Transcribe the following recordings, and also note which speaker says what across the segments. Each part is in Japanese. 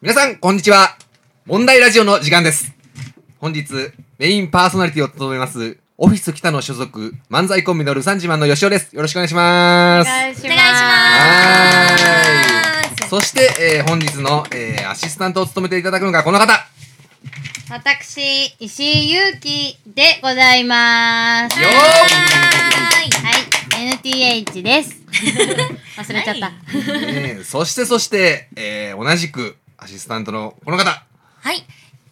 Speaker 1: 皆さん、こんにちは。問題ラジオの時間です。本日、メインパーソナリティを務めます、オフィス北野所属、漫才コンビのルサンジマンの吉尾です。よろしくお願いしま
Speaker 2: お
Speaker 1: す。
Speaker 2: 願いします。
Speaker 3: お願いします。
Speaker 1: そして、えー本日の、えーアシスタントを務めていただくのがこの方。よ
Speaker 2: 私、石井祐希でございます。
Speaker 1: ー
Speaker 2: はい、NTH です。忘れちゃった。
Speaker 1: えーそして、そして、えー同じく、アシスタントのこの方。
Speaker 3: はい。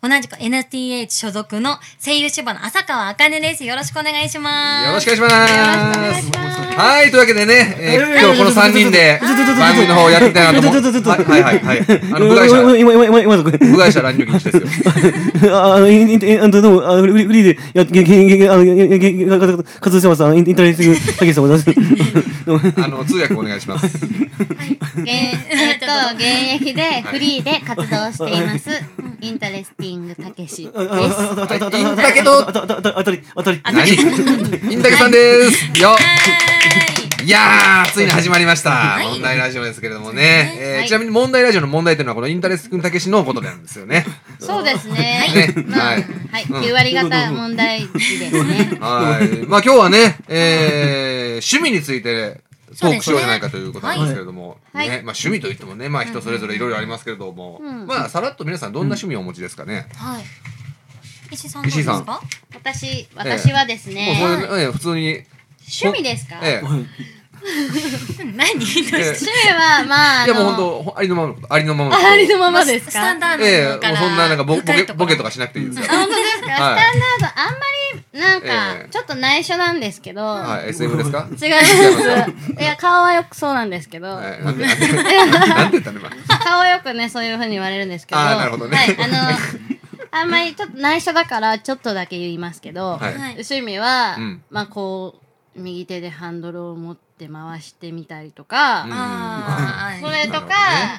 Speaker 3: 同じく NTH 所属の声優志望の浅川茜です。よろしくお願いします。
Speaker 1: よろしく
Speaker 3: お願いし
Speaker 1: お願いします。はい、というわけでね、えー今日この3人で番組の方をやっていきたいなと思って、はいはいはいはい、あの部外者、
Speaker 4: 今、今、今、今のこれ。
Speaker 1: 部外者乱入禁止ですよ。
Speaker 4: あの、インテ、あの、どうも、あの、フリフリーで、や、げ、げ、げ、あの、げ、げ、げ、活動してます。あの、インターネット詐欺さんも出す。
Speaker 1: あの通訳お願いします。
Speaker 2: 現えっと、現役でフリーで活動しています。インタレスティングたけしです。は
Speaker 4: あ
Speaker 1: いいんだけど、
Speaker 4: 当たり、当たり。
Speaker 1: 何？インタケさんです。よ。
Speaker 3: ます。
Speaker 1: いやー、ついに始まりました。
Speaker 3: い
Speaker 1: 問題ラジオですけれどもね、え
Speaker 2: は
Speaker 1: ー
Speaker 2: い
Speaker 1: ちなみに問題ラジオの問題というのはこのインタレス君たけしのことなんですよね。
Speaker 2: そうですね。
Speaker 1: ね、
Speaker 2: まあ、
Speaker 1: は
Speaker 2: はいい。、9割方問題児で すね。
Speaker 1: はい。まあ今日はね、えー、趣味についてトークしようじゃないかということなんですけれども、
Speaker 2: はい
Speaker 1: ね
Speaker 2: はい
Speaker 1: まあ趣味といってもね、まあ人それぞれいろいろありますけれども、
Speaker 2: うん
Speaker 1: まあさらっと皆さんどんな趣味をお持ちですかね。
Speaker 3: はい。石井さんどうです
Speaker 1: 石井さ
Speaker 3: か
Speaker 2: 私、私はです
Speaker 1: もうそ
Speaker 2: ね、
Speaker 1: れ、えー普通に、え
Speaker 2: 趣味ですか
Speaker 1: え
Speaker 2: 趣
Speaker 3: うん何どうして
Speaker 2: 味は、まあ、あ
Speaker 1: いやもう
Speaker 2: の、
Speaker 1: 本当ありのままのこと、ありのままのこと。
Speaker 2: ありのままです
Speaker 3: ス
Speaker 2: か
Speaker 3: タンダード
Speaker 1: ええ
Speaker 3: だから
Speaker 1: そんななんかボボ
Speaker 3: 深
Speaker 1: ケ
Speaker 3: いろ
Speaker 1: ボケとかしなくていいですよ
Speaker 2: あ。本当ですか、
Speaker 1: はい
Speaker 2: スタンダードあんまりなんか、
Speaker 1: ええ
Speaker 2: ちょっと内緒なんですけど、
Speaker 1: はい、SM ですか？
Speaker 2: 違いますいや顔はよくそうなんですけど、
Speaker 1: はい、なんでなんでなんて言ったの今。
Speaker 2: 顔はよくねそういうふうに言われるんですけど
Speaker 1: あーなるほどね
Speaker 2: はい、あのあんまりちょっと内緒だからちょっとだけ言いますけど、
Speaker 1: はい
Speaker 3: はい
Speaker 2: 趣味は、
Speaker 1: うん
Speaker 2: まあこう右手でハンドルを持って回してみたりとか、
Speaker 1: うん
Speaker 3: あー
Speaker 2: それとか、
Speaker 1: な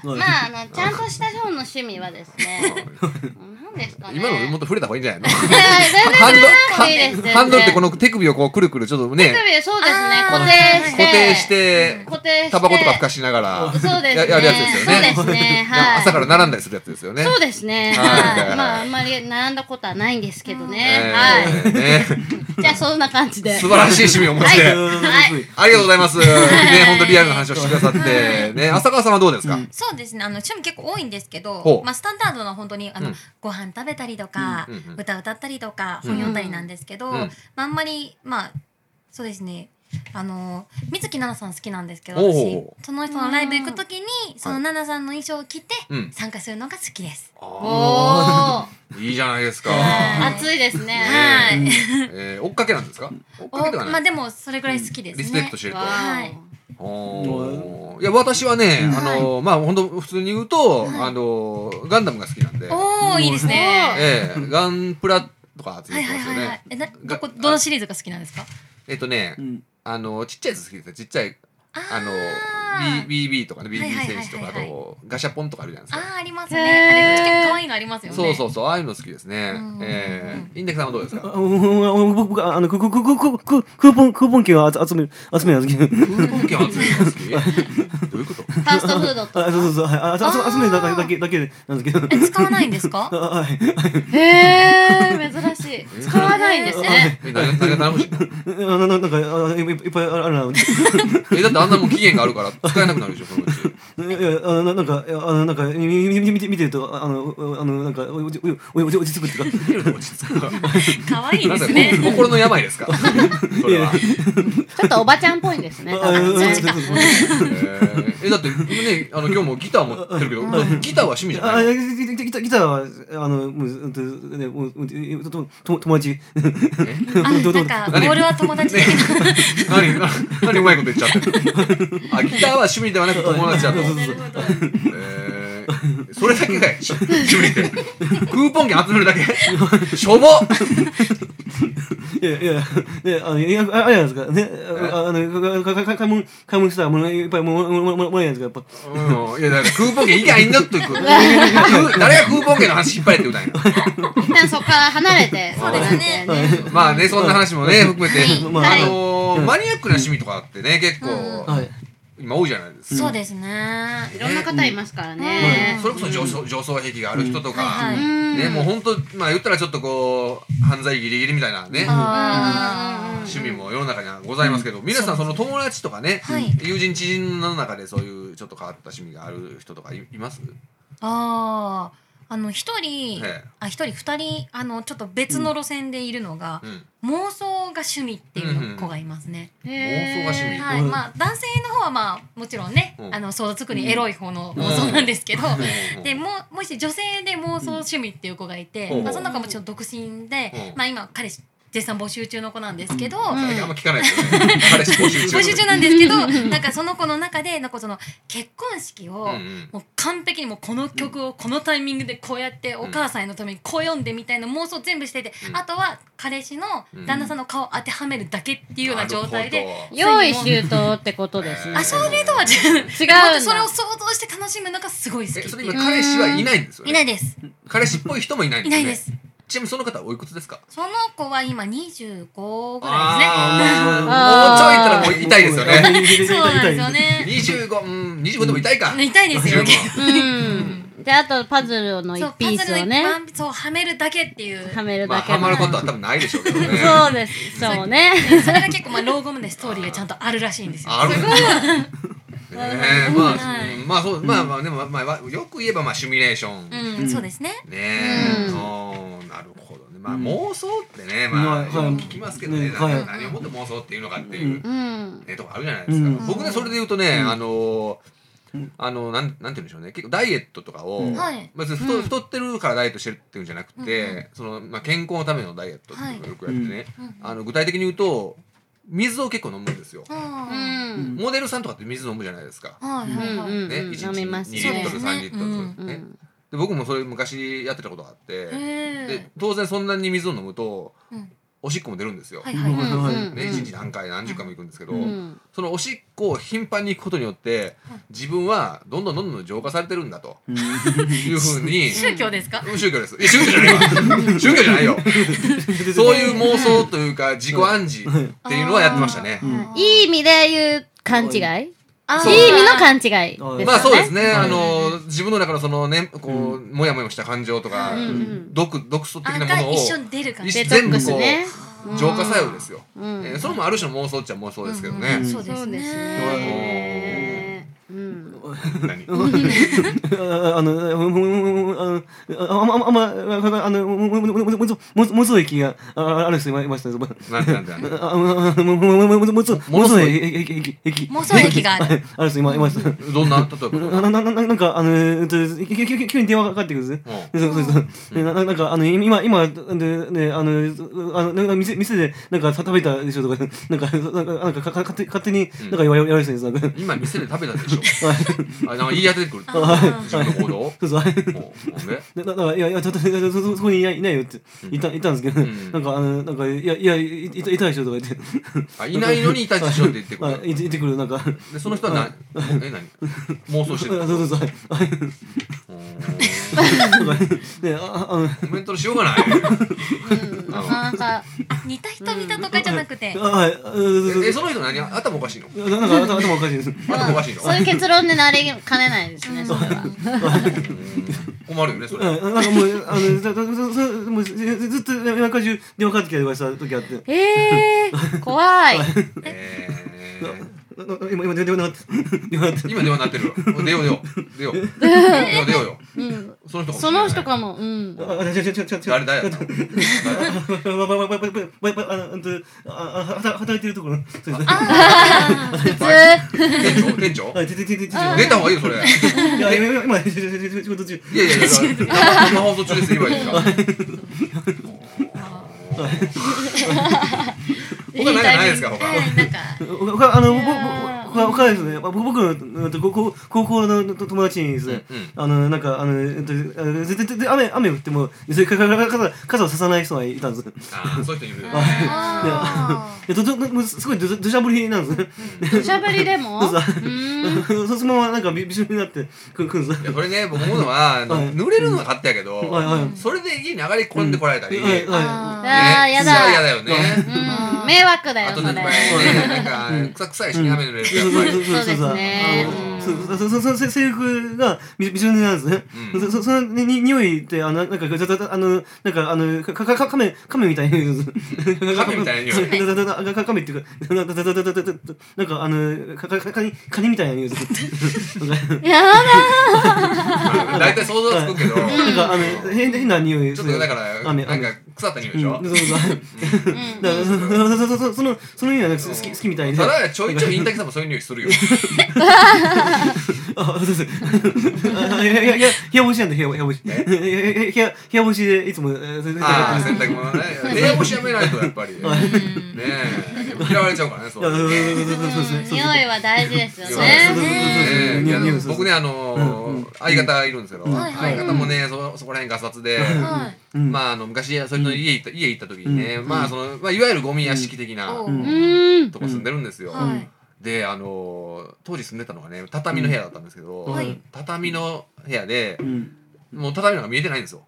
Speaker 4: ほどね
Speaker 2: まああのちゃんとした方の趣味はです ね何ですかね
Speaker 1: 今のもっと触れた方がいいんじゃないの？
Speaker 2: いやいや 全然
Speaker 1: ハンド
Speaker 2: 触れなくていいです全
Speaker 1: ハ
Speaker 2: 然
Speaker 1: ハンドルってこの手首をこうくるくるちょっとね
Speaker 2: 手首そうですね
Speaker 3: あー
Speaker 2: 固定して
Speaker 1: 固定して
Speaker 2: 固定して
Speaker 1: タバコとかふかしながら
Speaker 2: そうで
Speaker 1: や
Speaker 2: すね
Speaker 1: やるやつですよね。
Speaker 2: そうですね
Speaker 1: いや
Speaker 2: は い
Speaker 1: 朝から並んだりするやつですよね。
Speaker 2: そうですね
Speaker 1: はい
Speaker 2: はいまああんまり悩んだことはないんですけどねは
Speaker 1: えーね
Speaker 2: いじゃあそんな感じで
Speaker 1: 素晴らしい趣味をお持ちで。ありがとうございます。ね、本当リアルな話をしてくださって、ね、浅川さんはどうですか。
Speaker 3: そうですねあの趣味結構多いんですけ
Speaker 1: ほ
Speaker 3: ど
Speaker 1: う、
Speaker 3: まあ、スタンダードな本当にあの、
Speaker 1: うん
Speaker 3: ご飯食べたりとか、
Speaker 1: うんうんうん
Speaker 3: 歌歌ったりとか、
Speaker 1: うん
Speaker 3: 本読んだりなんですけど、
Speaker 1: うん
Speaker 3: まあ、あんまりまあそうですねあの水木奈々さん好きなんですけど
Speaker 1: おう
Speaker 3: 私その人のライブ行く時にその奈々さんの衣装を着て
Speaker 1: うん
Speaker 3: 参加するのが好きです。
Speaker 2: おー
Speaker 1: いいじゃないですか。
Speaker 3: はい
Speaker 2: 熱いですね
Speaker 3: はい、
Speaker 1: えー追っかけなんですか。追っかけでは
Speaker 3: おま
Speaker 1: な
Speaker 3: あ
Speaker 1: い。
Speaker 3: でもそれぐらい好きですね。
Speaker 1: リスペクトしてると
Speaker 2: わ。
Speaker 3: はい
Speaker 1: おーいや私はね、あのーまあ本当普通に言うと、あのーガンダムが好きなんで、
Speaker 3: おおいいですね。
Speaker 1: ええガンプラとか集
Speaker 3: は
Speaker 1: め
Speaker 3: い
Speaker 1: て
Speaker 3: は
Speaker 1: ま
Speaker 3: い
Speaker 1: す
Speaker 3: は
Speaker 1: よ
Speaker 3: いはい
Speaker 1: ね。。
Speaker 3: えなどこどのシリーズが好きなんですか？
Speaker 1: えっとね、あのーちっちゃいやつ好きですね。ちっちゃいあの
Speaker 3: あー
Speaker 1: B BB とかね BB
Speaker 3: はいはいはいはい
Speaker 1: 選手とかあとガシャポンとかあるじゃないです
Speaker 3: あ
Speaker 1: か。
Speaker 3: ーあります
Speaker 2: へ
Speaker 3: ね。
Speaker 2: ー
Speaker 3: あれ結構可愛いのありますよね。
Speaker 1: そうそうそうああいうの好きですね
Speaker 3: うん。
Speaker 1: ええインデクさんはどうですか。
Speaker 4: 僕、あの、ククククククーポン、クーポン券を集める、集めるの好き。
Speaker 1: クーポン券を集めるの好き。 どういうこと。
Speaker 2: ファーストフードと
Speaker 4: あ、そうそうそう、はい、あ、集め、集めるだけ、だけなんですけど。
Speaker 3: え使わないんですか？
Speaker 4: はい。
Speaker 2: へえ珍しい使わないんですね
Speaker 1: え何何が楽しいの。
Speaker 4: な、な、なんか、いっぱいあるな。
Speaker 1: えだってあんなもん期限があるから使えなくなるでしょそのうち。
Speaker 4: いやいやあのななんかいやあのなんかみみみ見て見てるとああのあのなんかおおじおお落ち着くっていうか
Speaker 1: 落ち着くわ
Speaker 3: 可愛い
Speaker 1: な
Speaker 3: で
Speaker 1: んか
Speaker 3: すね。
Speaker 1: 心の病ですか。それは。
Speaker 2: ちょっとおばちゃんっぽいんですね多
Speaker 4: あ
Speaker 2: 分
Speaker 4: うん
Speaker 2: ね
Speaker 4: そうそうそう
Speaker 1: えだってねあの今日もギター持ってるけど、ギターは趣味じゃ
Speaker 4: あ
Speaker 1: ないいの。
Speaker 4: やギギギターギターはあのもううんとねもううんととと友達
Speaker 3: あなんかボールは友達的な。
Speaker 1: 何何何うまいこと言っちゃってる。あギターは趣味ではなく友達だと。
Speaker 2: なるほど
Speaker 1: えーそれだけが趣味でクーポン券集めるだけしょぼ
Speaker 4: いやいやねあのいやああれなんですかねああのかかか買い物買い物したらもういっぱいもももももらえないですかやっぱ
Speaker 1: うんいやだからクーポン券以外になってくる誰がクーポン券の話引っ張れって歌いな
Speaker 2: 一旦そこから離れて
Speaker 3: そうですね
Speaker 2: そうなんだよ
Speaker 1: まあ ねそんな話もね含めて、
Speaker 4: はい
Speaker 1: あのーマニアックな趣味とかってね結構、
Speaker 3: うん
Speaker 4: はい
Speaker 1: 今多いじゃないですか。
Speaker 3: そうですね
Speaker 5: いろんな方いますから
Speaker 3: う
Speaker 5: ね
Speaker 3: ん。
Speaker 1: それこそ上層上層壁がある人と
Speaker 3: はい
Speaker 1: か、
Speaker 3: はい
Speaker 5: ん
Speaker 1: ね、もう本当まあ言ったらちょっとこう犯罪ギリギリみたいなね。
Speaker 3: あ
Speaker 1: 趣味も世の中にはございますけど、皆さんその友達とかね、
Speaker 3: はい
Speaker 1: 友人知人の中でそういうちょっと変わった趣味がある人とかいいます？
Speaker 3: ーあーあの一人、
Speaker 1: ええ
Speaker 3: あ一人二人あのちょっと別の路線でいるのが
Speaker 1: う、ん、
Speaker 3: 妄想が趣味っていう子がいますね、
Speaker 1: 妄想が趣味
Speaker 3: はい
Speaker 4: うん
Speaker 3: まあ、男性の方はまあもちろんね、
Speaker 1: うん
Speaker 3: あの想像つくにエロい方の妄想なんですけど、
Speaker 1: うん
Speaker 3: でももし女性で妄想趣味っていう子がいて、
Speaker 1: うん
Speaker 3: まあ、その中もちろん独身で、
Speaker 1: うん
Speaker 3: まあ、今彼氏絶賛募集中の子なんですけど、
Speaker 5: ん
Speaker 1: 最近あんま聞かないですよね。彼氏募集中。
Speaker 3: 募集中なんですけどなんかその子の中でなんかその結婚式を、
Speaker 1: うんうん
Speaker 3: もう完璧にもうこの曲をこのタイミングでこうやってお母さんへのためにこう読んでみたいな妄想全部していて、
Speaker 1: うん
Speaker 3: あとは彼氏の旦那さんの顔を当てはめるだけっていうような状態で、
Speaker 1: なるほど
Speaker 2: 用意周到ってことですね。
Speaker 3: あそれとは違う
Speaker 2: 違うん
Speaker 3: 本
Speaker 2: だ
Speaker 3: 当それを想像して楽しむのがすごい好き
Speaker 1: え
Speaker 3: って
Speaker 1: それ
Speaker 3: い
Speaker 1: 今
Speaker 3: う
Speaker 1: 彼氏はいないんですよ、ね。
Speaker 3: いないです
Speaker 1: 彼氏っぽい人もいないん
Speaker 3: い
Speaker 1: です、ね。
Speaker 3: ないです
Speaker 1: ちなみにその方はおいくつですか。
Speaker 3: その子は今25ぐら
Speaker 1: あーもうちょいいったらもう痛いですよね。
Speaker 4: 痛い
Speaker 3: いですねそうなんですよね
Speaker 1: 二十五、うん、二十五でも痛いか。
Speaker 3: 痛いですよね
Speaker 1: 25
Speaker 2: うん。で、あとパズルの
Speaker 3: そう
Speaker 2: 一
Speaker 3: パ
Speaker 2: ピー
Speaker 3: ズ
Speaker 2: ス
Speaker 3: ル
Speaker 2: を
Speaker 3: に
Speaker 2: ね、
Speaker 3: ワンピースをはめるだけっていう
Speaker 2: はめる
Speaker 1: まあ、
Speaker 2: だけの。
Speaker 1: ハマることは多分ないでしょうけどね。
Speaker 2: そうです。そうね。
Speaker 3: それが結構まあローゴムでストーリーがちゃんとあるらしいんですよ
Speaker 1: あるんだ。ねえ、まあ、
Speaker 3: はい
Speaker 1: うんまあ、そう、まあ、まあ、でも、まあ、よく言えば、まあ、シミュレーション。ね
Speaker 3: うんそうですね
Speaker 1: え、
Speaker 2: う
Speaker 1: おーなるほどね。まあ、
Speaker 4: うん
Speaker 1: 妄想ってね、まあ、
Speaker 4: はい
Speaker 1: よく聞きますけどね、
Speaker 4: ねはい
Speaker 1: な何をもって妄想っていうのかっていう
Speaker 4: う。
Speaker 2: うん。
Speaker 1: ね、とかあるじゃないですか。
Speaker 4: うん
Speaker 1: 僕ね、それで言うとね、
Speaker 4: うん
Speaker 1: あのー
Speaker 4: うん
Speaker 1: あのなんなんて言うんでしょうね結構ダイエットとかを、
Speaker 4: うん
Speaker 3: はい
Speaker 1: 別に太,、
Speaker 2: うん
Speaker 1: 太ってるからダイエットしてるっていうんじゃなくて、
Speaker 3: うんう
Speaker 1: そのまあ、健康のためのダイエットっていうのをよくやってね、
Speaker 3: うん
Speaker 1: あの具体的に言うと水を結構飲むんですよ、
Speaker 2: う
Speaker 3: は
Speaker 2: ん。
Speaker 1: モデルさんとかって水飲むじゃないですか、
Speaker 3: いはいは
Speaker 2: う
Speaker 3: い
Speaker 2: ん
Speaker 1: ね、一日
Speaker 2: 飲みますね
Speaker 1: 2リットル
Speaker 3: そうですね
Speaker 1: 3リットルとか
Speaker 2: う
Speaker 1: ね、
Speaker 2: ん。
Speaker 1: で僕もそれ昔やってたことがあって、
Speaker 3: へ
Speaker 1: で
Speaker 3: え
Speaker 1: 当然そんなに水を飲むと、
Speaker 3: うん
Speaker 1: おしっこも出るんですよ、
Speaker 3: はいはいはい
Speaker 2: うん
Speaker 1: ね、1日何回何十回も行くんですけど、
Speaker 2: うん。
Speaker 1: そのおしっこを頻繁に行くことによって
Speaker 3: はい
Speaker 1: 自分はどんどんどんどん浄化されてるんだ と
Speaker 4: うん
Speaker 1: いうふうに
Speaker 3: 宗教ですか
Speaker 1: 宗教ですえ宗教じゃないわ 宗教じゃないよそういう妄想というか自己暗示っていうのはやってましたね
Speaker 4: う。ん
Speaker 2: いい意味で言う勘違いいい意
Speaker 3: あー
Speaker 1: そう
Speaker 2: 味の勘違いですよね。
Speaker 1: まあそうです
Speaker 2: ね。
Speaker 1: ね、
Speaker 4: はい
Speaker 1: あの自分の中のそのね、こう、もやもやした感情とか、
Speaker 3: うん
Speaker 2: うん
Speaker 1: 毒毒素的
Speaker 3: あ
Speaker 1: な
Speaker 3: が
Speaker 1: ものを
Speaker 3: 一緒に出る感じ
Speaker 2: デ
Speaker 1: 一
Speaker 2: トックスね。
Speaker 1: 浄化作用ですよ。
Speaker 2: う
Speaker 1: えー
Speaker 2: ん。
Speaker 1: それもある種の妄想っちゃ妄想ですけどね
Speaker 3: うん。
Speaker 4: ん
Speaker 3: そうですね
Speaker 2: ね。うん。
Speaker 1: 何
Speaker 4: あの、あんま、あんま、あの、もつ駅がある人いましたね。
Speaker 1: なんてなんてなんて
Speaker 4: もつ、もつ駅、駅。ある人いました。
Speaker 1: どんな例えば。
Speaker 4: な、な、な、なんか、あの、急に電話がかかってくるんです。そうそうそう。ななんか、あの、今、今、ね、あの、あの、なんか店、店で、なんか、食べたでしょとか、なんか、なんか、なんか、か、勝手、勝手に、なんか言われ、言われてるんです。なんか、
Speaker 1: 今店で食べたでしょ。あなんか言い当ててくる。
Speaker 3: あ
Speaker 1: 自分の行動を。
Speaker 4: そうそう。
Speaker 1: もうもうね。
Speaker 4: だだから、いや、いや、ちょっと、いやそ、そ、そこにいないいないよって言った、言ったんですけど、
Speaker 1: うん
Speaker 4: なんか、あの、なんか、いや、いや、いいた、いたでしょとか言って。
Speaker 1: あいないのにいたでしょって言ってく
Speaker 4: あ、
Speaker 1: る。
Speaker 4: いて、いてくる、なんか。
Speaker 1: でその人はなえ何妄想して
Speaker 4: あ
Speaker 1: る。
Speaker 4: そうそうそう。
Speaker 1: うーん
Speaker 4: で、あ、あの、
Speaker 1: コメントのしようがない。
Speaker 2: なかなか。
Speaker 3: 似た人似たとかじゃなくて
Speaker 4: あ、はい、あそうそう
Speaker 1: えその人何頭おかしいの？
Speaker 4: そう。なんか、頭頭おかしいです。
Speaker 1: 頭おかしいの？
Speaker 2: そういう結論になりかねないですね、それは。
Speaker 1: 困るよねそれ。
Speaker 4: うんなんかもう、あの、ずずずもうずずずっと夜中中電話かけてきた時あって。
Speaker 2: えー、怖い。
Speaker 1: えー
Speaker 4: なな今、今、電話なかった。電話なかった。
Speaker 1: 今電話鳴ってるわ。出よう出よう出よう。出よう出ようよ。
Speaker 2: うん。
Speaker 1: その人かもしれ
Speaker 2: そ
Speaker 1: ない
Speaker 2: の人かも。うん。
Speaker 4: あ、あ、違う違う違う違う。
Speaker 1: 誰だよ。
Speaker 4: 働いてるところ。
Speaker 2: 普通。
Speaker 1: 店長店長。出 た方がいいよそれ。い
Speaker 4: いや、今、今、仕事 中。
Speaker 1: やいやいや。生放送中です今いいですか。他何かないですか他。
Speaker 3: はいなんか
Speaker 4: 他、あの、僕、僕はですね、僕、僕の、高校の友達にですね、あの、なんか、あの、雨、雨降っても、傘、傘をささない人がいたんです。
Speaker 1: ああそういう人いるよね。
Speaker 3: あ
Speaker 4: で、ど、ど、すごい土砂降りなんですね。
Speaker 2: 土砂降り でもうーん。
Speaker 4: そのまま、なんか、びしょびしょになって、くるんです
Speaker 1: いや。これね僕思うのはあの
Speaker 4: はい
Speaker 1: 濡れるのは勝手やけど
Speaker 4: はいはい
Speaker 1: それで家に上がり込んでこられたりね
Speaker 4: は
Speaker 2: あーやだ
Speaker 1: それは嫌だよね
Speaker 2: うん。迷惑だ
Speaker 1: あ
Speaker 2: よ、
Speaker 1: と
Speaker 2: そ
Speaker 1: ねね
Speaker 2: れ。
Speaker 1: なんか臭臭いしね雨濡れるから
Speaker 4: そうそうそうそう
Speaker 5: そうですねうん
Speaker 4: あのそうそうそうそうそう制服がみみしょぬれなんですね。
Speaker 1: うん
Speaker 4: そそそのにに匂いってあのなんかざざざあのなんかあのかかかか亀亀みたいな匂いです。
Speaker 1: 亀みたいな匂い
Speaker 4: ざざざざざか亀っていうかざざざざざざざざなんかあのかかかカニカニみたいな匂いです。なんか
Speaker 2: やだ
Speaker 1: 大体想像つくけど、
Speaker 4: なんかあの変変な匂い。
Speaker 1: ちょっとだから、
Speaker 4: 雨
Speaker 1: なん
Speaker 4: 雨
Speaker 1: か腐った匂い
Speaker 4: うん
Speaker 1: でし
Speaker 4: そ
Speaker 1: ょ
Speaker 4: うそうだからそそそそそのその意味はなんか好き好きみたいで。
Speaker 1: ただちょいちょいインタキさんもそういう匂いするよ。
Speaker 4: あ、そうそう。あいやいやいや、部屋干しなんだ、部屋部屋干し。いやいやいや部屋部屋干しでいつも。えそれで
Speaker 1: ああ
Speaker 4: い
Speaker 1: 洗濯物ね。 部屋干しやめないとやっぱり。ねえ嫌われちゃうからね。そう
Speaker 4: やそう
Speaker 1: ね
Speaker 4: そうそうそうそうそう
Speaker 5: 匂いは大事ですよ
Speaker 1: そう
Speaker 5: ね。
Speaker 1: ねいやでも僕ね、あ
Speaker 4: う
Speaker 1: の
Speaker 4: んう
Speaker 1: ー相方いるんですけど、
Speaker 3: はいはい
Speaker 1: 相方もね、そそこら辺がさつで、
Speaker 3: はい。
Speaker 4: うん
Speaker 1: まああの昔それの家行った家行った時にね、
Speaker 4: うん
Speaker 1: まあそのまあいわゆるゴミ屋敷的な
Speaker 3: う。
Speaker 2: うんーん
Speaker 1: とこ住んでるんですよ。
Speaker 3: はい。
Speaker 1: であのー当時住んでたのがね畳の部屋だったんですけど、
Speaker 4: はい
Speaker 1: 畳の部屋で
Speaker 4: うん
Speaker 1: もう畳なんか見えてないんですよ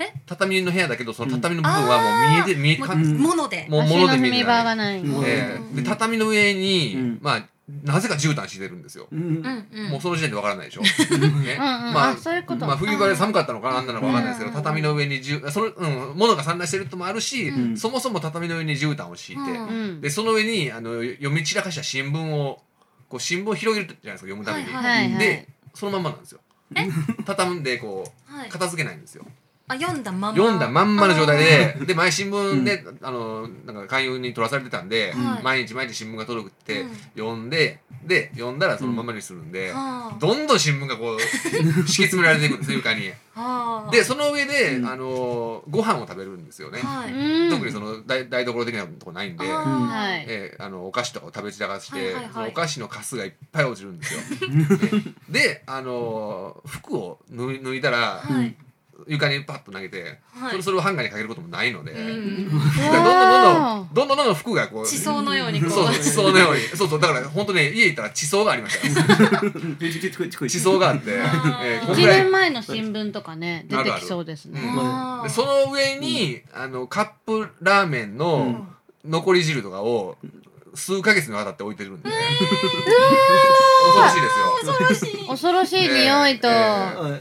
Speaker 3: え
Speaker 1: 畳の部屋だけどその畳の部分はもう見えて、見え
Speaker 3: も
Speaker 1: か
Speaker 3: う
Speaker 1: も
Speaker 3: 物で。
Speaker 1: う
Speaker 2: 足
Speaker 1: 物
Speaker 2: の
Speaker 1: で
Speaker 2: 踏
Speaker 1: 見え
Speaker 2: み
Speaker 1: てな
Speaker 2: 場が
Speaker 1: い、
Speaker 2: ない。
Speaker 4: うん
Speaker 1: ええで畳の上に、
Speaker 4: うん
Speaker 1: まあなぜか絨毯敷いてるんですよ、
Speaker 4: うん
Speaker 3: う。んうん。
Speaker 1: もうその時点でわから ないでしょ、ね
Speaker 2: うんうん
Speaker 1: ま
Speaker 2: あそういうこと
Speaker 1: まあ冬場で寒かったのかな、んなのかわかんないですけど、
Speaker 3: うん
Speaker 1: 畳の上にじゅその、うん、物が散乱してるともあるし、
Speaker 4: うん
Speaker 1: そもそも畳の上に絨毯を敷いて、
Speaker 3: うん
Speaker 2: うん
Speaker 1: でその上にあのよ読み散らかした新聞をこう新聞を広げるじゃないですか読むために、
Speaker 3: はい
Speaker 2: はいはい
Speaker 1: でそのまんまなんですよ
Speaker 3: え
Speaker 1: 畳んでこ。
Speaker 3: はいう
Speaker 1: 片付けないんですよ、
Speaker 3: あ、読んだまんま。
Speaker 1: 読んだまんまの状態でで毎日新聞で、あのなんか勧誘に取らされてたんで、
Speaker 3: はい
Speaker 1: 毎日毎日新聞が届くって、
Speaker 3: うん
Speaker 1: 読んでで読んだらそのままにするんで、
Speaker 3: は
Speaker 1: どんどん新聞が こう敷き詰められていくんですよ床に
Speaker 3: あ。はあ。
Speaker 1: でその上で、
Speaker 4: うん
Speaker 1: あのご飯を食べるんですよね、
Speaker 3: はい。
Speaker 2: うん
Speaker 1: 特にその台台所的なとこないんで
Speaker 3: あー
Speaker 2: はい
Speaker 1: えーあのお菓子とかを食べ散らかして、
Speaker 3: はいはいはい
Speaker 1: そのお菓子のカスがいっぱい落ちるんですよ。ねで、あのー服を脱い脱いだら、
Speaker 3: はい。
Speaker 1: 床にパッと投げて、
Speaker 3: はい
Speaker 1: それそれをハンガーにかけることもないので、
Speaker 3: う
Speaker 1: だ
Speaker 3: ん。
Speaker 1: から
Speaker 2: わ
Speaker 1: どんどんどんどんどんどんどん服がこう
Speaker 3: 地層のようにこう。
Speaker 1: そうそう地層のようにそうそうだから本当ね家行ったら地層がありました
Speaker 4: ちちちこいちこい
Speaker 1: 地層があって、
Speaker 3: あー
Speaker 1: えー
Speaker 2: ー
Speaker 1: こん
Speaker 2: 一
Speaker 1: ぐらい
Speaker 2: 年前の新聞とかね出てきそうです
Speaker 1: あるあ
Speaker 2: ね。
Speaker 3: あ
Speaker 1: で
Speaker 3: ー
Speaker 1: その上に、あのカップラーメンの残り汁とかを数ヶ月にわたって置いてるんで、恐ろしいですよ。
Speaker 3: 恐ろしい。
Speaker 2: 恐ろしい匂いと
Speaker 1: ええ
Speaker 4: あ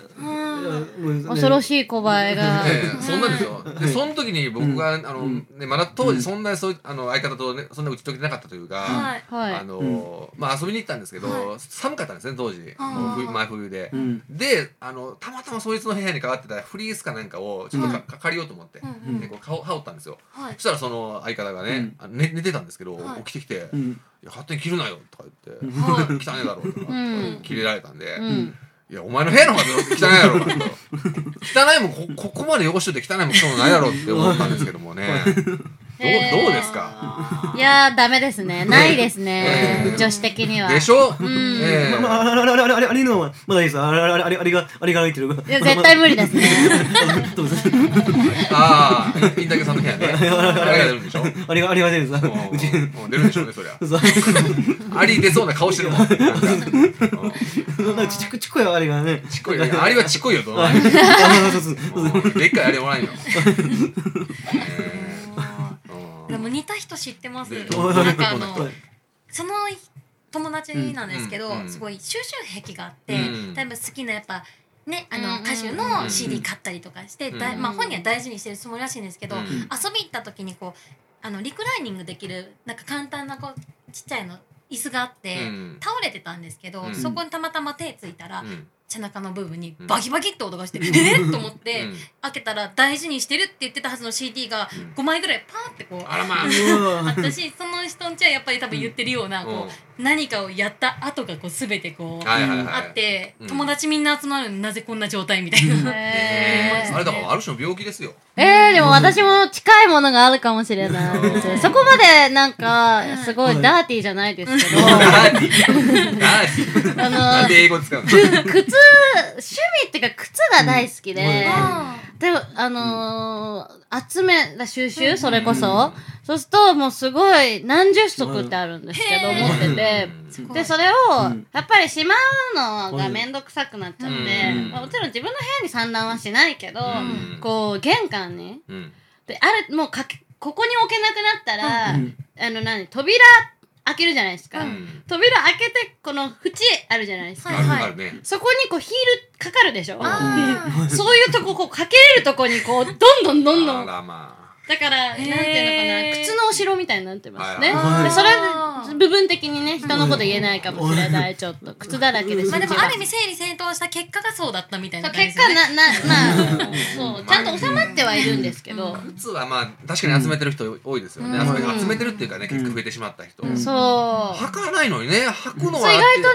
Speaker 3: うん
Speaker 2: 恐ろ
Speaker 4: い
Speaker 2: しい小映えが。
Speaker 1: ええそんなんですよ。で、その時に僕が、あの、
Speaker 4: うん
Speaker 1: ね、まだ当時そんな、そう、あの、相方とね、そんな打ち解けてなかったというか。
Speaker 3: はい。
Speaker 2: は
Speaker 1: あ
Speaker 2: い。
Speaker 1: の、まあ、遊びに行ったんですけ
Speaker 3: は
Speaker 1: ど、寒かったんですね、当時、
Speaker 3: あー
Speaker 1: もう冬、前冬で
Speaker 4: う。ん
Speaker 1: で、あの、たまたまそいつの部屋にかかってたフリースかなんかを、ちょっとか、か借りようと思って
Speaker 3: う。んう
Speaker 1: で、
Speaker 3: ん。
Speaker 1: こう、顔、羽織ったんですよ。
Speaker 3: はい
Speaker 1: そし。たら、その相方がね、あの寝、寝てたんですけど
Speaker 3: はい、
Speaker 1: 起きてきて。
Speaker 4: う
Speaker 1: い
Speaker 4: ん
Speaker 1: や、勝手に着るなよとか言って、
Speaker 3: はい。
Speaker 1: 汚ねえだろうとか
Speaker 2: うん、
Speaker 1: 切れられたんで。
Speaker 2: うん。
Speaker 1: いや、お前の部屋の方が汚いやろ。汚いもんこ、ここまで汚しといて汚いもん、そうもないやろって思ったんですけどもね。どう、ど
Speaker 2: へー
Speaker 1: うですか
Speaker 2: いやーダメで すね。ないですね
Speaker 1: ええ。
Speaker 2: 女子的には。
Speaker 1: でしょ
Speaker 2: ん
Speaker 1: ええ
Speaker 4: まああれあれあれあれのはまだいいですあれあれあれあれがあれが歩いてる
Speaker 2: いや絶対無理ですね。
Speaker 1: ああ、インタケさんの部屋ね。あれが出るんでしょ
Speaker 4: あれがあれが出るさうち
Speaker 1: うんうん出るんでしょうね、そりゃ。
Speaker 4: そう
Speaker 1: アリ出そうな顔してるもん。なんかうん
Speaker 4: なんかちちこちこいあれがね
Speaker 1: ちっこいよ。アリはちっこいよ、どうな
Speaker 4: あ
Speaker 1: んで
Speaker 4: そうそうそう
Speaker 1: もうんでっかいアリおらんよ。ねえ
Speaker 3: あ
Speaker 1: うん
Speaker 3: ーでも似た人知ってます。
Speaker 1: で
Speaker 4: どう
Speaker 3: なんかあの
Speaker 1: どう。
Speaker 3: その友達なんですけど、
Speaker 1: うんうん
Speaker 3: すごい収集癖があって、
Speaker 1: うん
Speaker 3: 多分好きなやっぱねあの
Speaker 2: うん
Speaker 3: 歌手
Speaker 1: う
Speaker 3: の
Speaker 1: ん
Speaker 3: CD 買ったりとかして、
Speaker 1: うん
Speaker 3: だいまあ、本人は大事にしてるつもりらしいんですけど、
Speaker 1: うん
Speaker 3: 遊び行った時にこうあのリクライニングできるなんか簡単なこうちっちゃいの椅子があって。
Speaker 1: うん
Speaker 3: 倒れてたんですけど、
Speaker 1: うん
Speaker 3: そこにたまたま手ついたら、
Speaker 1: うん
Speaker 3: 背中の部分に
Speaker 1: うん
Speaker 3: バキバキって音がして、えっと 思っ
Speaker 1: う
Speaker 3: て、
Speaker 1: ん
Speaker 3: 開けたら大事にしてるって言ってたはずの CD が
Speaker 1: うん
Speaker 3: 5枚ぐらいパーってこう
Speaker 1: あらまあ。
Speaker 4: う
Speaker 3: あ
Speaker 4: わ
Speaker 3: ったしその人んちはやっぱり多分言ってるような、こう何かをやった後がこう全てこう、
Speaker 1: はいはいはい。
Speaker 3: あって、
Speaker 1: うん
Speaker 3: 友達みんな集まるのになぜこんな状態みたいな、
Speaker 2: え
Speaker 1: あれだからある種の病気ですよ。
Speaker 2: ーえー、でも私も近いものがあるかもしれな いです。そこまでなんか、すごいダーティーじゃないで すけど、
Speaker 1: 何何
Speaker 2: あの
Speaker 1: なんで英語使うの
Speaker 2: く靴、趣味っていうか靴が大好きで、
Speaker 3: あ
Speaker 2: でも、あのー、集め、だ収集それこそ。そうすると、もうすごい何十足ってあるんですけど、
Speaker 3: うん
Speaker 2: 持ってて。
Speaker 3: ー
Speaker 2: で、それを
Speaker 4: うん、
Speaker 2: やっぱりしまうのがめんどくさくなっちゃって
Speaker 1: うん、
Speaker 2: まあもちろん自分の部屋に散乱はしないけど
Speaker 1: うん、
Speaker 2: こう、玄関に、
Speaker 1: うん
Speaker 2: で、ある、もうかけ、ここに置けなくなったら、
Speaker 4: うん
Speaker 2: あの何、扉開けるじゃないですか、
Speaker 1: うん
Speaker 2: 扉開けてこの縁あるじゃないですか、
Speaker 3: はい
Speaker 1: あるあるね。
Speaker 2: そこにこうヒールかかるでしょ
Speaker 3: あー
Speaker 2: そういうとここうかけれるとこにこうどんどんどんど
Speaker 1: あ
Speaker 2: ん
Speaker 1: らま
Speaker 2: だからなんていうのか
Speaker 3: へ
Speaker 2: な
Speaker 3: ー
Speaker 2: 靴のお城みたいになってますね、
Speaker 1: はい
Speaker 4: はい
Speaker 2: でそれ
Speaker 3: あ
Speaker 2: は
Speaker 3: ー
Speaker 2: 部分的にね人のこと言えないかもしれないちょっと靴だらけです
Speaker 3: まあでも
Speaker 2: うちは
Speaker 3: ある意味整理整頓した結果がそうだったみたい
Speaker 2: そ
Speaker 3: な
Speaker 2: う
Speaker 3: 感じ
Speaker 2: 結果ななまあ
Speaker 1: あ。
Speaker 2: そうちゃんと収まってはいるんですけど、
Speaker 1: 靴はまあ確かに集めてる人多いですよね、
Speaker 3: うん
Speaker 1: 集め集めてるっていうかね結局増えてしまった人、
Speaker 3: うん
Speaker 2: そう
Speaker 1: 履かないのにね履くのは
Speaker 2: そう意外とね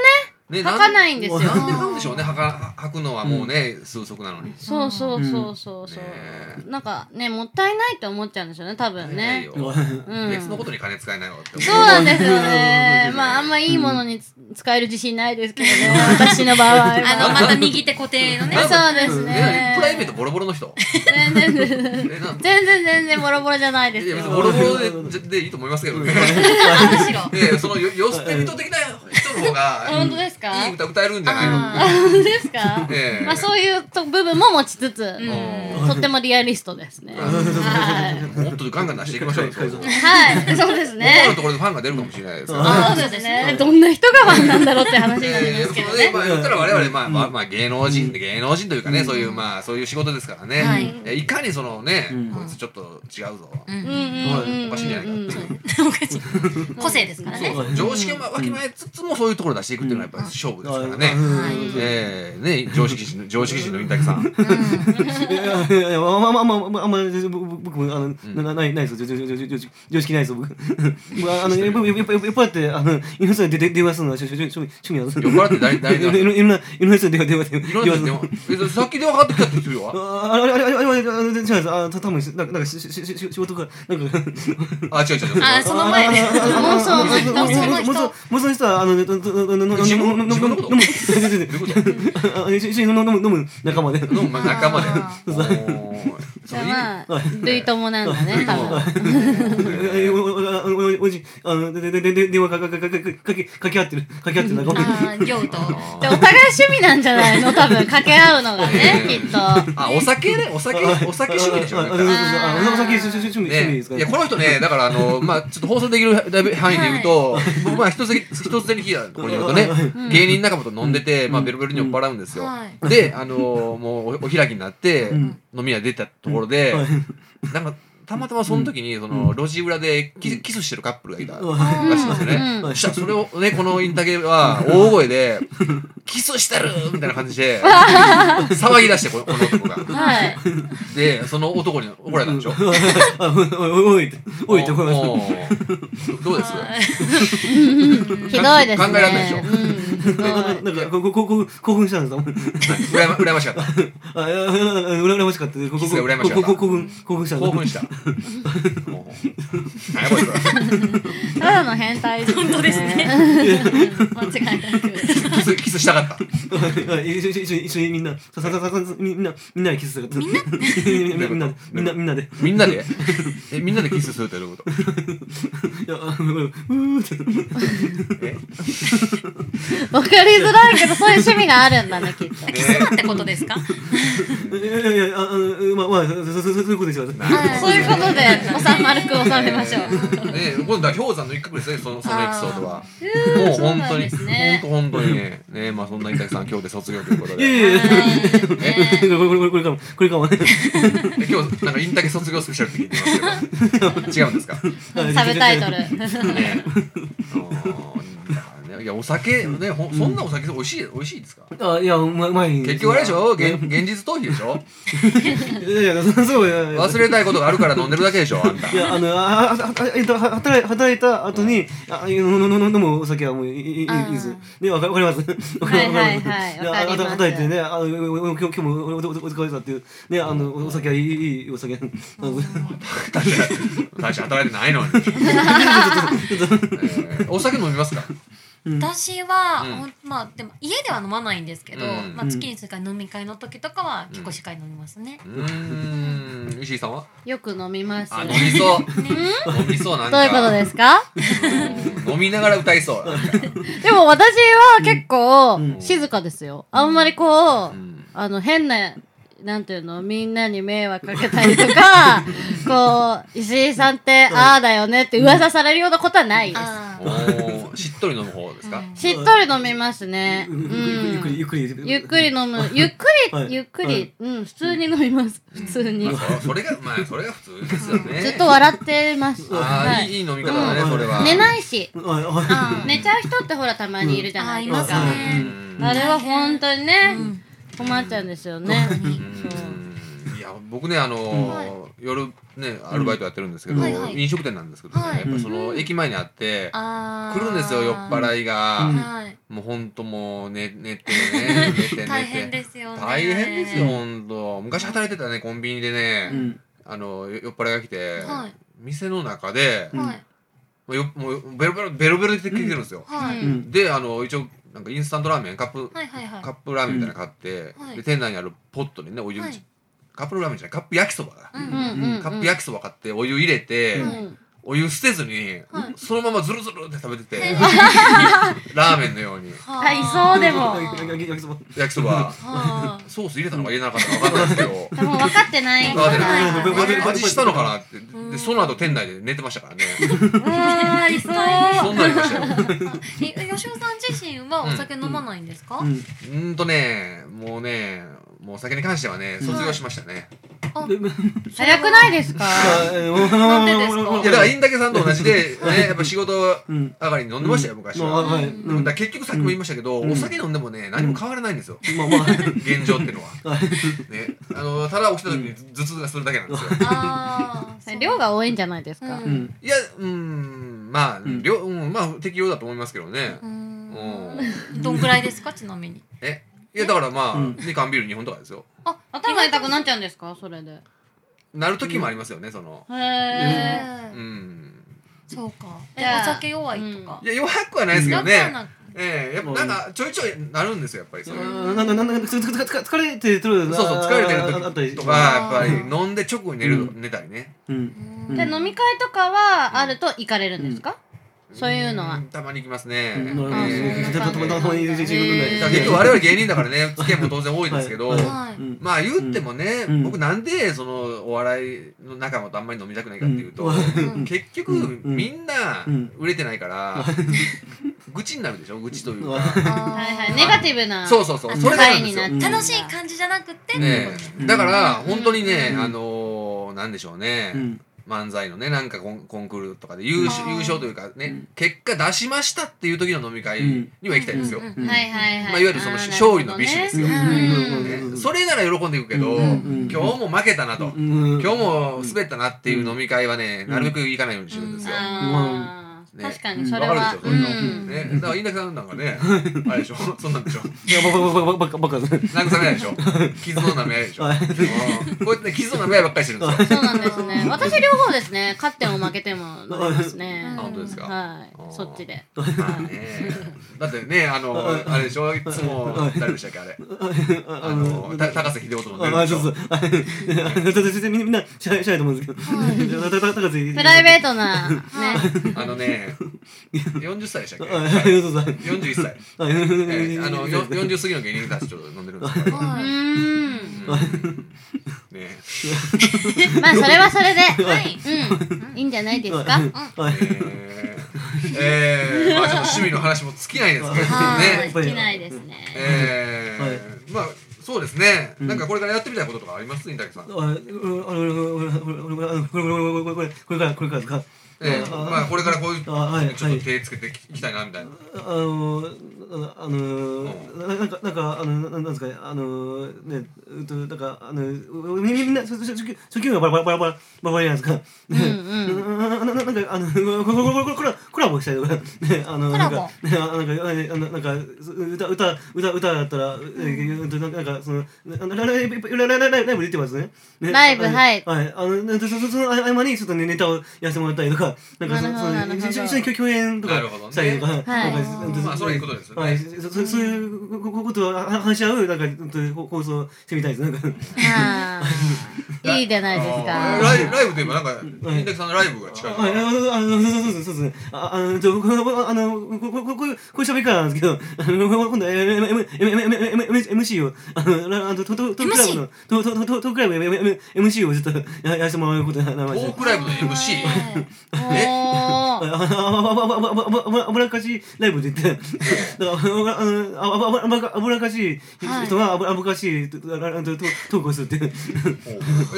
Speaker 1: ね
Speaker 2: 履か
Speaker 1: い
Speaker 2: ないんですよ
Speaker 1: なんでなんでしょうね履か履くのはもうね、数足なのに
Speaker 2: そうそうそうそうそう
Speaker 1: ね、
Speaker 2: なんかねもったいないと思っちゃうんですよね多分
Speaker 1: ない
Speaker 2: ね
Speaker 1: よ
Speaker 2: うん
Speaker 1: 別のことに金使えないわって思
Speaker 2: そうなんですよね
Speaker 1: う。ん
Speaker 2: まあ、あんまいいものにつ使える自信ないですけどね。私の場合は。
Speaker 3: あのまた右手固定 のね
Speaker 1: なんか
Speaker 2: そうですね
Speaker 1: えプライベートボロボロの人
Speaker 2: 全然、全
Speaker 1: えなん
Speaker 2: 然、全然ボロボロじゃないです
Speaker 1: いや別に
Speaker 2: よ。
Speaker 1: ボロボロでじゃでいいと思いますけどね
Speaker 3: むしろ
Speaker 1: でそのよ寄捨て人的な人の方が
Speaker 2: 本当ですか
Speaker 1: いい歌歌えるんじゃないの
Speaker 2: あー、本当ですか
Speaker 1: ええ
Speaker 2: まあ、そういうと部分も持ちつつ、
Speaker 1: う
Speaker 2: とってもリアリストですね。はい。
Speaker 1: んもっとガンガン出していきましょうよそうそう
Speaker 2: はい、 そうで
Speaker 1: 僕ら
Speaker 2: す
Speaker 1: の
Speaker 2: ね。
Speaker 1: ところでファンが出るかもしれないですからね。
Speaker 2: そうですね。どんな人がファンなんだろうって話になりますけどね。
Speaker 1: えーまあ言ったら我々、まあ、まあ、まあ、芸能人、芸能人というかね、そういう、まあ、そういう仕事ですからね。
Speaker 3: はい
Speaker 1: えーいかにそのね、
Speaker 4: うん
Speaker 1: こいつちょっと違うぞ。
Speaker 3: う
Speaker 2: うんんうんうんうんうん
Speaker 1: おかしいんじゃないかっていう。
Speaker 3: おかしい個性ですからね
Speaker 4: そう
Speaker 1: 常識をわきまえつつも、そういうところを出していくっていうのは、やっぱり勝負ですからね。
Speaker 3: うん
Speaker 1: えーね、常識人、常識人のインタキさん。
Speaker 4: いやいやいやまあまあまあまあまあまあ僕もあの、なないないですよ常常常常常識ないですよ僕僕あのやっぱやっぱやっぱやっぱってあのいろんな人に出電話するのは趣味趣味趣味なんです
Speaker 1: 酔っ払って誰誰
Speaker 4: い
Speaker 1: だ
Speaker 4: ろいろいろんないろんな人に電話電話
Speaker 1: い
Speaker 4: 電
Speaker 1: ろんな
Speaker 4: 話電話
Speaker 1: 人
Speaker 4: す
Speaker 1: に電
Speaker 4: る
Speaker 1: 話えさっき電話かかってきたって言ってるよ。
Speaker 4: ああれあれあれあれあれあれ違うんですあた多分なんかなんかししし仕事がなんか
Speaker 1: あ、違う違う違う。
Speaker 3: あーその前で
Speaker 2: 妄想の人
Speaker 4: 妄想の人妄想の人はあの自分
Speaker 1: どういうこと
Speaker 4: 一緒に飲む飲む仲間で
Speaker 1: の、まあ、仲間で
Speaker 3: あ。
Speaker 1: おーそ
Speaker 2: じゃ
Speaker 1: う
Speaker 2: あ
Speaker 1: いい
Speaker 2: まあ、類友なんだね、多分。
Speaker 4: おじあのででで電話かかかかかかけかけ合ってるかけ合ってる仲間
Speaker 3: あー
Speaker 2: でお
Speaker 3: 行と
Speaker 2: 互い趣味なんじゃないの多分、掛け合うのがね、
Speaker 1: ええ
Speaker 2: きっと。
Speaker 1: あ、お酒ね、お 酒、お酒趣味でしょ。
Speaker 4: あ
Speaker 1: み
Speaker 4: あ
Speaker 1: たい
Speaker 4: あそ
Speaker 1: な
Speaker 4: うそうそうあお酒趣味趣味趣味で
Speaker 1: ね
Speaker 4: すか、
Speaker 1: い
Speaker 4: ら
Speaker 1: やこの人ね、だからあの、まあちょっと放送できる範囲で言うと、僕まあ一つだけ一つだけ聞いたところによるとね、芸人仲間と飲んでて、まあベロベロに酔っ払うんですよ。
Speaker 3: はい
Speaker 1: で、あのもうおお開きになって、
Speaker 4: ん
Speaker 1: 飲み屋出たところで、
Speaker 4: はい
Speaker 1: なんかたまたまその時にその路地裏でキスキスしてるカップルがいた。
Speaker 4: あ
Speaker 1: らしいですね。
Speaker 2: うん
Speaker 1: そしたらそれをね、このインタビューは大声で、キスしてるみたいな感じで、騒ぎ出して、このこの男が。
Speaker 2: はい。
Speaker 1: で、その男に 怒られたんでしょ
Speaker 4: おいおいって思いま
Speaker 1: お
Speaker 4: し
Speaker 1: ーどうです
Speaker 2: ひどいですね。
Speaker 1: 考えられないでしょ
Speaker 2: うんひどい
Speaker 4: たなんか興奮したんです
Speaker 1: うらやま羨ましかった。
Speaker 4: あ、いや、羨ましかったです。ここ、ここ、ここ、興奮した。
Speaker 1: 興奮 した。もうなんやこいつら
Speaker 2: ただの変態ですね。
Speaker 3: 本当ですね。
Speaker 2: 間違いなく。
Speaker 1: キス、キスしたかった。
Speaker 4: 一緒に、一緒に、一緒にみんな、さささささ、みんな、みんなでキスする。みんなみんな、みんな、みんなで。
Speaker 1: みんなでえ、みんなでキスするってどういうこと
Speaker 4: いや、うーって。
Speaker 1: え
Speaker 2: わかりづらいけど、そういう趣味があるんだね、きっと。
Speaker 3: キスマってことですか
Speaker 4: いやいやいや、あの、まあ、まあ、そういうことでしょう。
Speaker 2: そういうことで、収まるく収めましょう。
Speaker 1: ね今度は氷山の一角ですね、そのそのエピソードは。
Speaker 2: ー
Speaker 1: もう本
Speaker 2: そうな
Speaker 1: 当
Speaker 2: ん
Speaker 1: に、
Speaker 2: ですね
Speaker 1: 本当本当にね、ねまあそんなインタさん今日で卒業ということ
Speaker 4: いや
Speaker 1: で。
Speaker 4: いやい
Speaker 2: ね
Speaker 4: や、これ、これ、これかも、これかもね。
Speaker 1: え今日なんかインタ卒業スペシャルって聞いて ますけど、違うんですか。
Speaker 2: サブタイトル。
Speaker 1: ね。あのーいやお酒ね、ほんそんなお酒美味しい美味しいですか。
Speaker 4: あ、いや、うま、うまい。
Speaker 1: 結局あれでしょ、現現実逃避でしょ。
Speaker 4: いやいや、そう、いや、
Speaker 1: 忘れたいことがあるから飲んでるだけでしょ、あんた。
Speaker 4: いや、あの、あ、あ、あ、えっと、は働い、働いた後に、あ、飲む、飲む、飲むお酒はもういい、いい、いいです。で、わか、わかります。わかります。働いてね、あの、今日、今日も、お、お、お疲れだっていう。ね、あの、お酒はいい、いいお酒。
Speaker 1: 大して働いてないのに。えーお酒飲みますか。
Speaker 3: 私は、
Speaker 1: うん
Speaker 3: ほんまあでも家では飲まないんですけど、
Speaker 1: うん
Speaker 3: まあ、月に数回飲み会の時とかは結構しっかり飲みますね、
Speaker 1: うーん、石井さんは。
Speaker 2: よく飲みます。
Speaker 1: あ、飲
Speaker 2: ど
Speaker 1: みそう。飲みそうなんか。
Speaker 2: ういうことですか
Speaker 1: 飲みながら歌いそう。
Speaker 2: でも私は結構
Speaker 4: うん
Speaker 2: 静かですよ。あんまりこう、あの変ななんていうのみんなに迷惑かけたりとかこう石井さんってああだよねって噂されるようなことはないです
Speaker 3: あ
Speaker 1: お
Speaker 3: ー
Speaker 1: ーしっとり飲む方ですか
Speaker 3: うん
Speaker 2: しっとり飲みますねう
Speaker 4: ゆっくり
Speaker 2: ん
Speaker 4: ゆっくりゆっくり
Speaker 2: ゆっくり飲むゆっく
Speaker 4: はい
Speaker 2: りゆっく
Speaker 4: は
Speaker 2: り
Speaker 4: い
Speaker 2: うん普通に飲みます普通に
Speaker 1: まあそそれがまあそれが普通ですよね
Speaker 2: ずっと笑ってます
Speaker 1: あ
Speaker 2: は
Speaker 1: あい
Speaker 2: い
Speaker 1: いいい飲み方だね
Speaker 4: うん
Speaker 1: それは
Speaker 2: 寝ないし
Speaker 4: はいはい
Speaker 3: あー
Speaker 2: 寝ちゃう人ってほらたまにいるじゃないです
Speaker 3: あ
Speaker 2: か
Speaker 3: いますね
Speaker 1: うん
Speaker 2: あれは本当にね
Speaker 3: うん
Speaker 2: 困っちゃうんですよね
Speaker 1: うんいや僕ねあのー夜ねアルバイトやってるんですけど
Speaker 3: はいはい
Speaker 1: 飲食店なんですけどね
Speaker 3: はい
Speaker 1: やっぱその駅前にあって
Speaker 3: あ
Speaker 1: 来
Speaker 3: ー
Speaker 1: るんですよ酔っ払い
Speaker 4: うん
Speaker 1: が
Speaker 3: はい
Speaker 1: もうほんともう寝寝て ね寝て
Speaker 3: 大変
Speaker 1: 寝て
Speaker 3: ですよね
Speaker 1: 大変ですよほんと昔働いてたねコンビニで
Speaker 4: う
Speaker 1: ね
Speaker 4: ん
Speaker 1: あの酔っ払いが来て
Speaker 3: はい
Speaker 1: 店の中で
Speaker 4: うん
Speaker 3: はい
Speaker 1: もうよもうベロベロベロベロで来てるんですよ
Speaker 3: は
Speaker 2: う
Speaker 3: い
Speaker 2: ん
Speaker 1: であの一応なんかインスタントラーメンカップ
Speaker 3: はいはいはい
Speaker 1: カップラーメンみたいなの買って、
Speaker 3: うんはい
Speaker 1: で店内にあるポットにねお湯、
Speaker 3: はい
Speaker 1: カップラーメンじゃないカップ焼きそばだ、
Speaker 3: うん
Speaker 2: うんうんうん
Speaker 1: カップ焼きそば買ってお湯入れて、
Speaker 2: う
Speaker 3: うん
Speaker 2: ん
Speaker 1: お湯捨てずに、
Speaker 3: はい
Speaker 1: そのままズルズルって食べてて ラーメンのように
Speaker 3: は
Speaker 2: 体操でも
Speaker 4: 焼き焼き焼きそば
Speaker 1: 焼きそば
Speaker 3: はあ
Speaker 1: ソース入れたのか入れなかったのか分かんないですけど
Speaker 2: でも分かってない
Speaker 1: 分かって
Speaker 3: ない
Speaker 1: ない
Speaker 3: 分かっ
Speaker 1: 味
Speaker 3: て
Speaker 4: ない
Speaker 1: 味したのかなって
Speaker 3: う
Speaker 1: で
Speaker 3: ん
Speaker 1: その後店内で寝てましたからね
Speaker 2: あーいそう
Speaker 1: そんなりましたよ
Speaker 3: え吉尾さん自身はお酒飲まないんですか、
Speaker 4: うん
Speaker 1: うんとねもうねもうお酒に関してはね卒業しましたね、
Speaker 3: あ
Speaker 4: でま
Speaker 2: 早くないですか
Speaker 4: あえーもう
Speaker 3: なんでですか
Speaker 4: もうもうもう
Speaker 1: いやだからインタケさんと同じで、ね、やっぱ仕事
Speaker 4: うん
Speaker 1: 上がりに飲んでましたよ昔は、
Speaker 4: まあはいうん
Speaker 1: だから結局さっきも言いましたけど、
Speaker 4: うん
Speaker 1: お酒飲んでもね何も変わらないんですよ、
Speaker 4: まあまあ
Speaker 1: 現状っていうのは、
Speaker 4: はい
Speaker 1: ね、あのただ起きた時に頭痛がするだけなんですよ
Speaker 3: ああ
Speaker 2: 量が多いんじゃないですか、
Speaker 3: う
Speaker 4: うんん
Speaker 1: いやうーんまあ、
Speaker 4: ん
Speaker 1: 量うん、まあ適用だと思いますけどね、
Speaker 3: うーん
Speaker 1: うん
Speaker 3: どんぐらいですかちなみに
Speaker 1: えいやだからまあ、
Speaker 4: うん
Speaker 1: ね缶ビール2本とかですよ
Speaker 3: あ
Speaker 2: 頭痛くなっ
Speaker 3: ち
Speaker 2: ちゃうんですかそれでへ
Speaker 1: なる時もありますよねその
Speaker 2: え
Speaker 1: うん、
Speaker 3: そうか
Speaker 2: じ
Speaker 3: え
Speaker 2: ゃあ
Speaker 3: お酒弱いとか
Speaker 1: いや弱くはないですけど
Speaker 3: 弱くは
Speaker 1: ね
Speaker 3: な
Speaker 1: ええやっぱなんかちょいちょいなるんですよやっぱりそういう、
Speaker 4: ななななんかつつつつ疲れてる
Speaker 1: そうそう疲れてる
Speaker 4: あった
Speaker 1: 時
Speaker 4: り
Speaker 1: とかやっぱり
Speaker 3: うん
Speaker 1: 飲んで直後に寝る、
Speaker 4: う
Speaker 1: 寝たりね
Speaker 4: うん
Speaker 3: う
Speaker 2: じゃあ
Speaker 3: ん
Speaker 2: 飲み会とかはあると行かれるんですか、そういうのは
Speaker 1: んたまに行きますね、
Speaker 4: うん
Speaker 1: え
Speaker 4: まあ
Speaker 1: え
Speaker 4: たまたまたまに一時間ぐら
Speaker 1: だ
Speaker 4: い
Speaker 1: から結局我々芸人だからね付き合いも当然多いですけど、
Speaker 4: はい
Speaker 3: はい
Speaker 4: うん
Speaker 1: まあ言ってもね、
Speaker 4: うん
Speaker 1: 僕なんでそのお笑いの仲間とあんまり飲みたくないかっていうと、
Speaker 4: うん
Speaker 1: 結局
Speaker 4: うん
Speaker 1: みんな
Speaker 4: うん
Speaker 1: 売れてないから、愚痴になるでしょ愚痴というか、
Speaker 3: は
Speaker 2: はいはいネガティブな
Speaker 1: そうそうそうそれがあるんですよ、
Speaker 4: ブ
Speaker 3: 楽しい感じじゃなくてって
Speaker 1: ね
Speaker 3: ことね
Speaker 4: うん
Speaker 1: だから本当にね、
Speaker 4: うん
Speaker 1: あのーなんでしょうね、
Speaker 4: うん
Speaker 1: 漫才のねなんかコンコンクールとかで優
Speaker 3: あ
Speaker 1: 勝
Speaker 3: ー
Speaker 1: 優勝というかね、
Speaker 4: うん
Speaker 1: 結果出しましたっていう時の飲み会には行きたいですよ、
Speaker 3: うんうんうん
Speaker 4: うん
Speaker 2: はいはいはい、
Speaker 1: まあ、いわゆるその勝利の美酒ですよ、
Speaker 4: うん
Speaker 1: ねそれなら喜んでいくけど、
Speaker 4: うん
Speaker 1: 今日も負けたなと、
Speaker 4: うん
Speaker 1: 今日も滑ったなっていう飲み会はね、なるべく行かないようにしてるんですよ。
Speaker 2: あー
Speaker 1: ね
Speaker 2: 確かにそれは、
Speaker 1: わかるでしょそういうの
Speaker 2: うん
Speaker 1: ね、だから、稲木さんなんかね、あれでしょ、そんなんでしょ、
Speaker 4: いやばばばばばばばばば
Speaker 1: 慰めないでしょ、傷の舐め合いでしょ、
Speaker 4: はい
Speaker 1: うんこうやって傷の舐め合いばっかりしてるんですよ。
Speaker 2: そうなんで すね私両方ですね勝っても負けても飲みますね
Speaker 1: あ本当ですか
Speaker 2: はい
Speaker 1: ー
Speaker 2: そっちで
Speaker 1: まあね、だってね、あの、あれでしょ、いつも、誰でしたっけ、あれ、あ
Speaker 4: あ
Speaker 1: の、た高瀬秀夫と飲んでるでしょ。
Speaker 4: みんな知らないと思うんですけど
Speaker 2: プライベー トなね
Speaker 1: あのね、40歳でしたっけ、41歳、えーあの、よ40過ぎの芸人たちと飲んでるんですよ。
Speaker 2: う
Speaker 3: は
Speaker 1: う
Speaker 2: ーん
Speaker 1: んね
Speaker 2: まあそれはそ れで
Speaker 3: いはい
Speaker 2: うんいいんじゃないですか
Speaker 1: えー えー、まあちょっと趣味の話も尽きないですけど
Speaker 3: は
Speaker 1: ね
Speaker 3: い。
Speaker 2: できないですね
Speaker 1: えー
Speaker 4: はい
Speaker 1: まあそうですね、
Speaker 4: うん
Speaker 1: なんかこれからやってみたいこととかありますインタケさん。えーまあこれからこういう
Speaker 4: あはい
Speaker 1: ちょっと手つけていきたいなみたいな。
Speaker 4: あのー、あのー、ななんか、なんか、あの、ななんですかね、あのー、ね、うんと、なんか、あのー、みみんな、そそ初級初級がバラバラバラバラバラバラじゃないですか。ねななななんか、あの、ここここコラコラボしたりとか、ね、あの、
Speaker 3: コ
Speaker 4: な
Speaker 3: ラ
Speaker 4: ん
Speaker 3: ボ
Speaker 4: か、ね、あなんか、あのなんか、歌、歌、歌、歌だったら、うんと、なんか、その、ラライブ、ラララライブ出てますね。ね
Speaker 2: ライブはい
Speaker 4: はい。あの、そそその合間に、ちょっとね、ネタをやらせてもらったりとか、か、なんかそ
Speaker 2: なるほどなる
Speaker 4: の、
Speaker 2: ほど
Speaker 4: 一緒に共共演と
Speaker 1: な
Speaker 4: か
Speaker 1: るほどね
Speaker 4: したりとか、
Speaker 2: はい
Speaker 4: なんか
Speaker 3: うん
Speaker 1: まあ、それはいいことですよね。
Speaker 4: はい、そそそういうここことを話し合う、なんか、うんと放送してみたいです。なんか、
Speaker 2: あーいいじゃないです
Speaker 1: あーラ
Speaker 2: か。
Speaker 1: イブライブといえば、なんか、新崎さんのライブが近いか
Speaker 4: ああ
Speaker 1: ら。
Speaker 4: の、あの、そうそうそうそう、あ、あの、ちょ、こあの、こ、こ、こ、こ、こういう喋り方なんですけど、あの、今度、え、M、M、M、M、M、M、MC を、あの、あの、ト、ト、トークライブの、ト、ト、ト、トークライブ、M、M、MC をちょっと、やらせてもらうことになりま
Speaker 1: ト
Speaker 4: し
Speaker 1: ー
Speaker 4: た。
Speaker 1: クライブの MC。
Speaker 2: おー
Speaker 4: あぶらかしライブで言って、だから、あの、あぶら、あぶらかしい人が、あぶらかしい、トークをするっていう。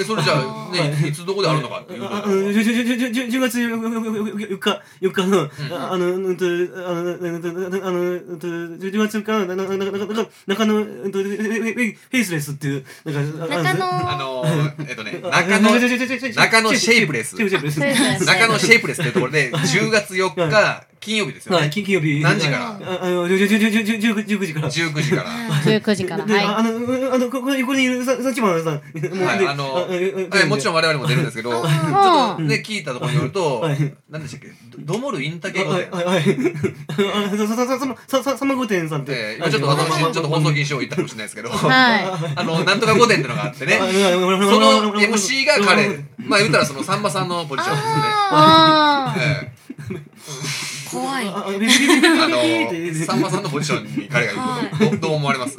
Speaker 1: え、それじゃあ、ね、いつどこであるのかっていうことだ
Speaker 4: あ
Speaker 1: か
Speaker 4: あ
Speaker 1: ら。
Speaker 4: のじゅじゅじゅじゅじゅ10月4日4日のああのうんとあのうんとあのうんと10月4日のなななななな中野うんとフェイフェイスレスっていうなんかあ
Speaker 3: 中野
Speaker 1: あのー、えっとね、
Speaker 4: あ
Speaker 1: 中野、
Speaker 4: じゃじゃじゃじゃじゃ
Speaker 1: 中野シェイプレス
Speaker 4: シェイプレス
Speaker 2: そうですね
Speaker 1: 中 野シェイプレスというところで、10月4日、金曜日ですよ
Speaker 4: はい
Speaker 1: ね。
Speaker 4: 金金曜日
Speaker 1: 何時から
Speaker 4: ああのじゅじゅじゅじゅじゅ19 19時から
Speaker 1: 19時から。
Speaker 2: 19時から。
Speaker 4: であ
Speaker 2: は
Speaker 4: あのうんあのここ横にいるささっきもさんもう
Speaker 1: はい、
Speaker 4: で
Speaker 1: あの、
Speaker 4: あうん
Speaker 1: はい、もちろん我々も出るんですけど、ちょっとね、聞いたところによると
Speaker 4: はい、
Speaker 1: 何でしたっけ、ドドモルインタケ御
Speaker 4: はい
Speaker 1: 殿
Speaker 4: はいはいあのさささささささま御殿さんっ
Speaker 1: で
Speaker 4: て、
Speaker 1: 今ちょっと私、ちょっと放送禁止を言ったかもしれないですけど、あ
Speaker 2: い。はい。
Speaker 1: の、なんとか御殿ってのがあってね、その MC が彼、まあ言ったらそのさんまさんのポジションですよね。
Speaker 2: あ ー
Speaker 1: え
Speaker 3: 怖い。
Speaker 4: あ、ビビビビビビビ
Speaker 1: えあ
Speaker 4: ビ
Speaker 1: の、さんまさんのポジションに彼がいること、どどう思われます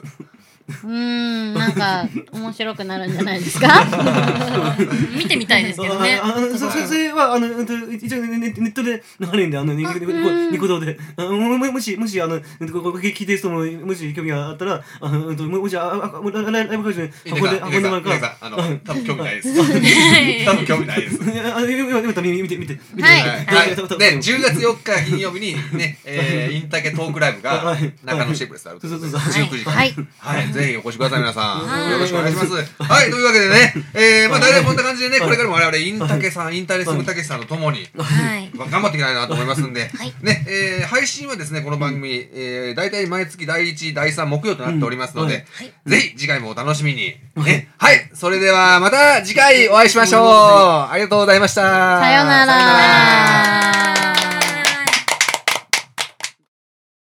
Speaker 2: うーん、なんか、面白くなるんじゃないですか
Speaker 3: 見てみたいですけどね。
Speaker 4: あのそそそれはあの一応ネネットで流れるんであのニコニコ動でももしもしあのここ聞いてる人ももし興味があったらあのもしああライブ会場に
Speaker 1: インデカ
Speaker 4: で
Speaker 1: さん、インデ
Speaker 4: もら
Speaker 1: カ
Speaker 4: う
Speaker 1: さんインデカ
Speaker 4: か
Speaker 1: さん、あの、多分興味ないです。多分興味ないです。
Speaker 4: あ見て見て見て見て
Speaker 1: はい、で10月4日金曜日にね、えー、インタケトークライブが
Speaker 4: はい
Speaker 1: 中野シェイプレスであるということで
Speaker 4: そうそう
Speaker 3: そう
Speaker 1: 19時から、は
Speaker 2: はいい。
Speaker 1: ぜひお越しください皆さ
Speaker 3: は
Speaker 1: ん
Speaker 3: い
Speaker 1: よろしくお願いしますはいというわけでね、えーまあ、大体こんな感じでねこれからも我々インタケさんインタレスムたけしさんとともに
Speaker 3: はい。
Speaker 1: 頑張っていきたいなと思いますんで、
Speaker 3: い
Speaker 1: ねえー配信はですねこの番組、えー、大体毎月第1第3木曜となっておりますので、
Speaker 4: うん
Speaker 3: はい
Speaker 1: ぜひ次回もお楽しみに、ね、はいそれではまた次回お会いしましょうありがとうございました
Speaker 2: さよな
Speaker 1: さよな
Speaker 2: ら。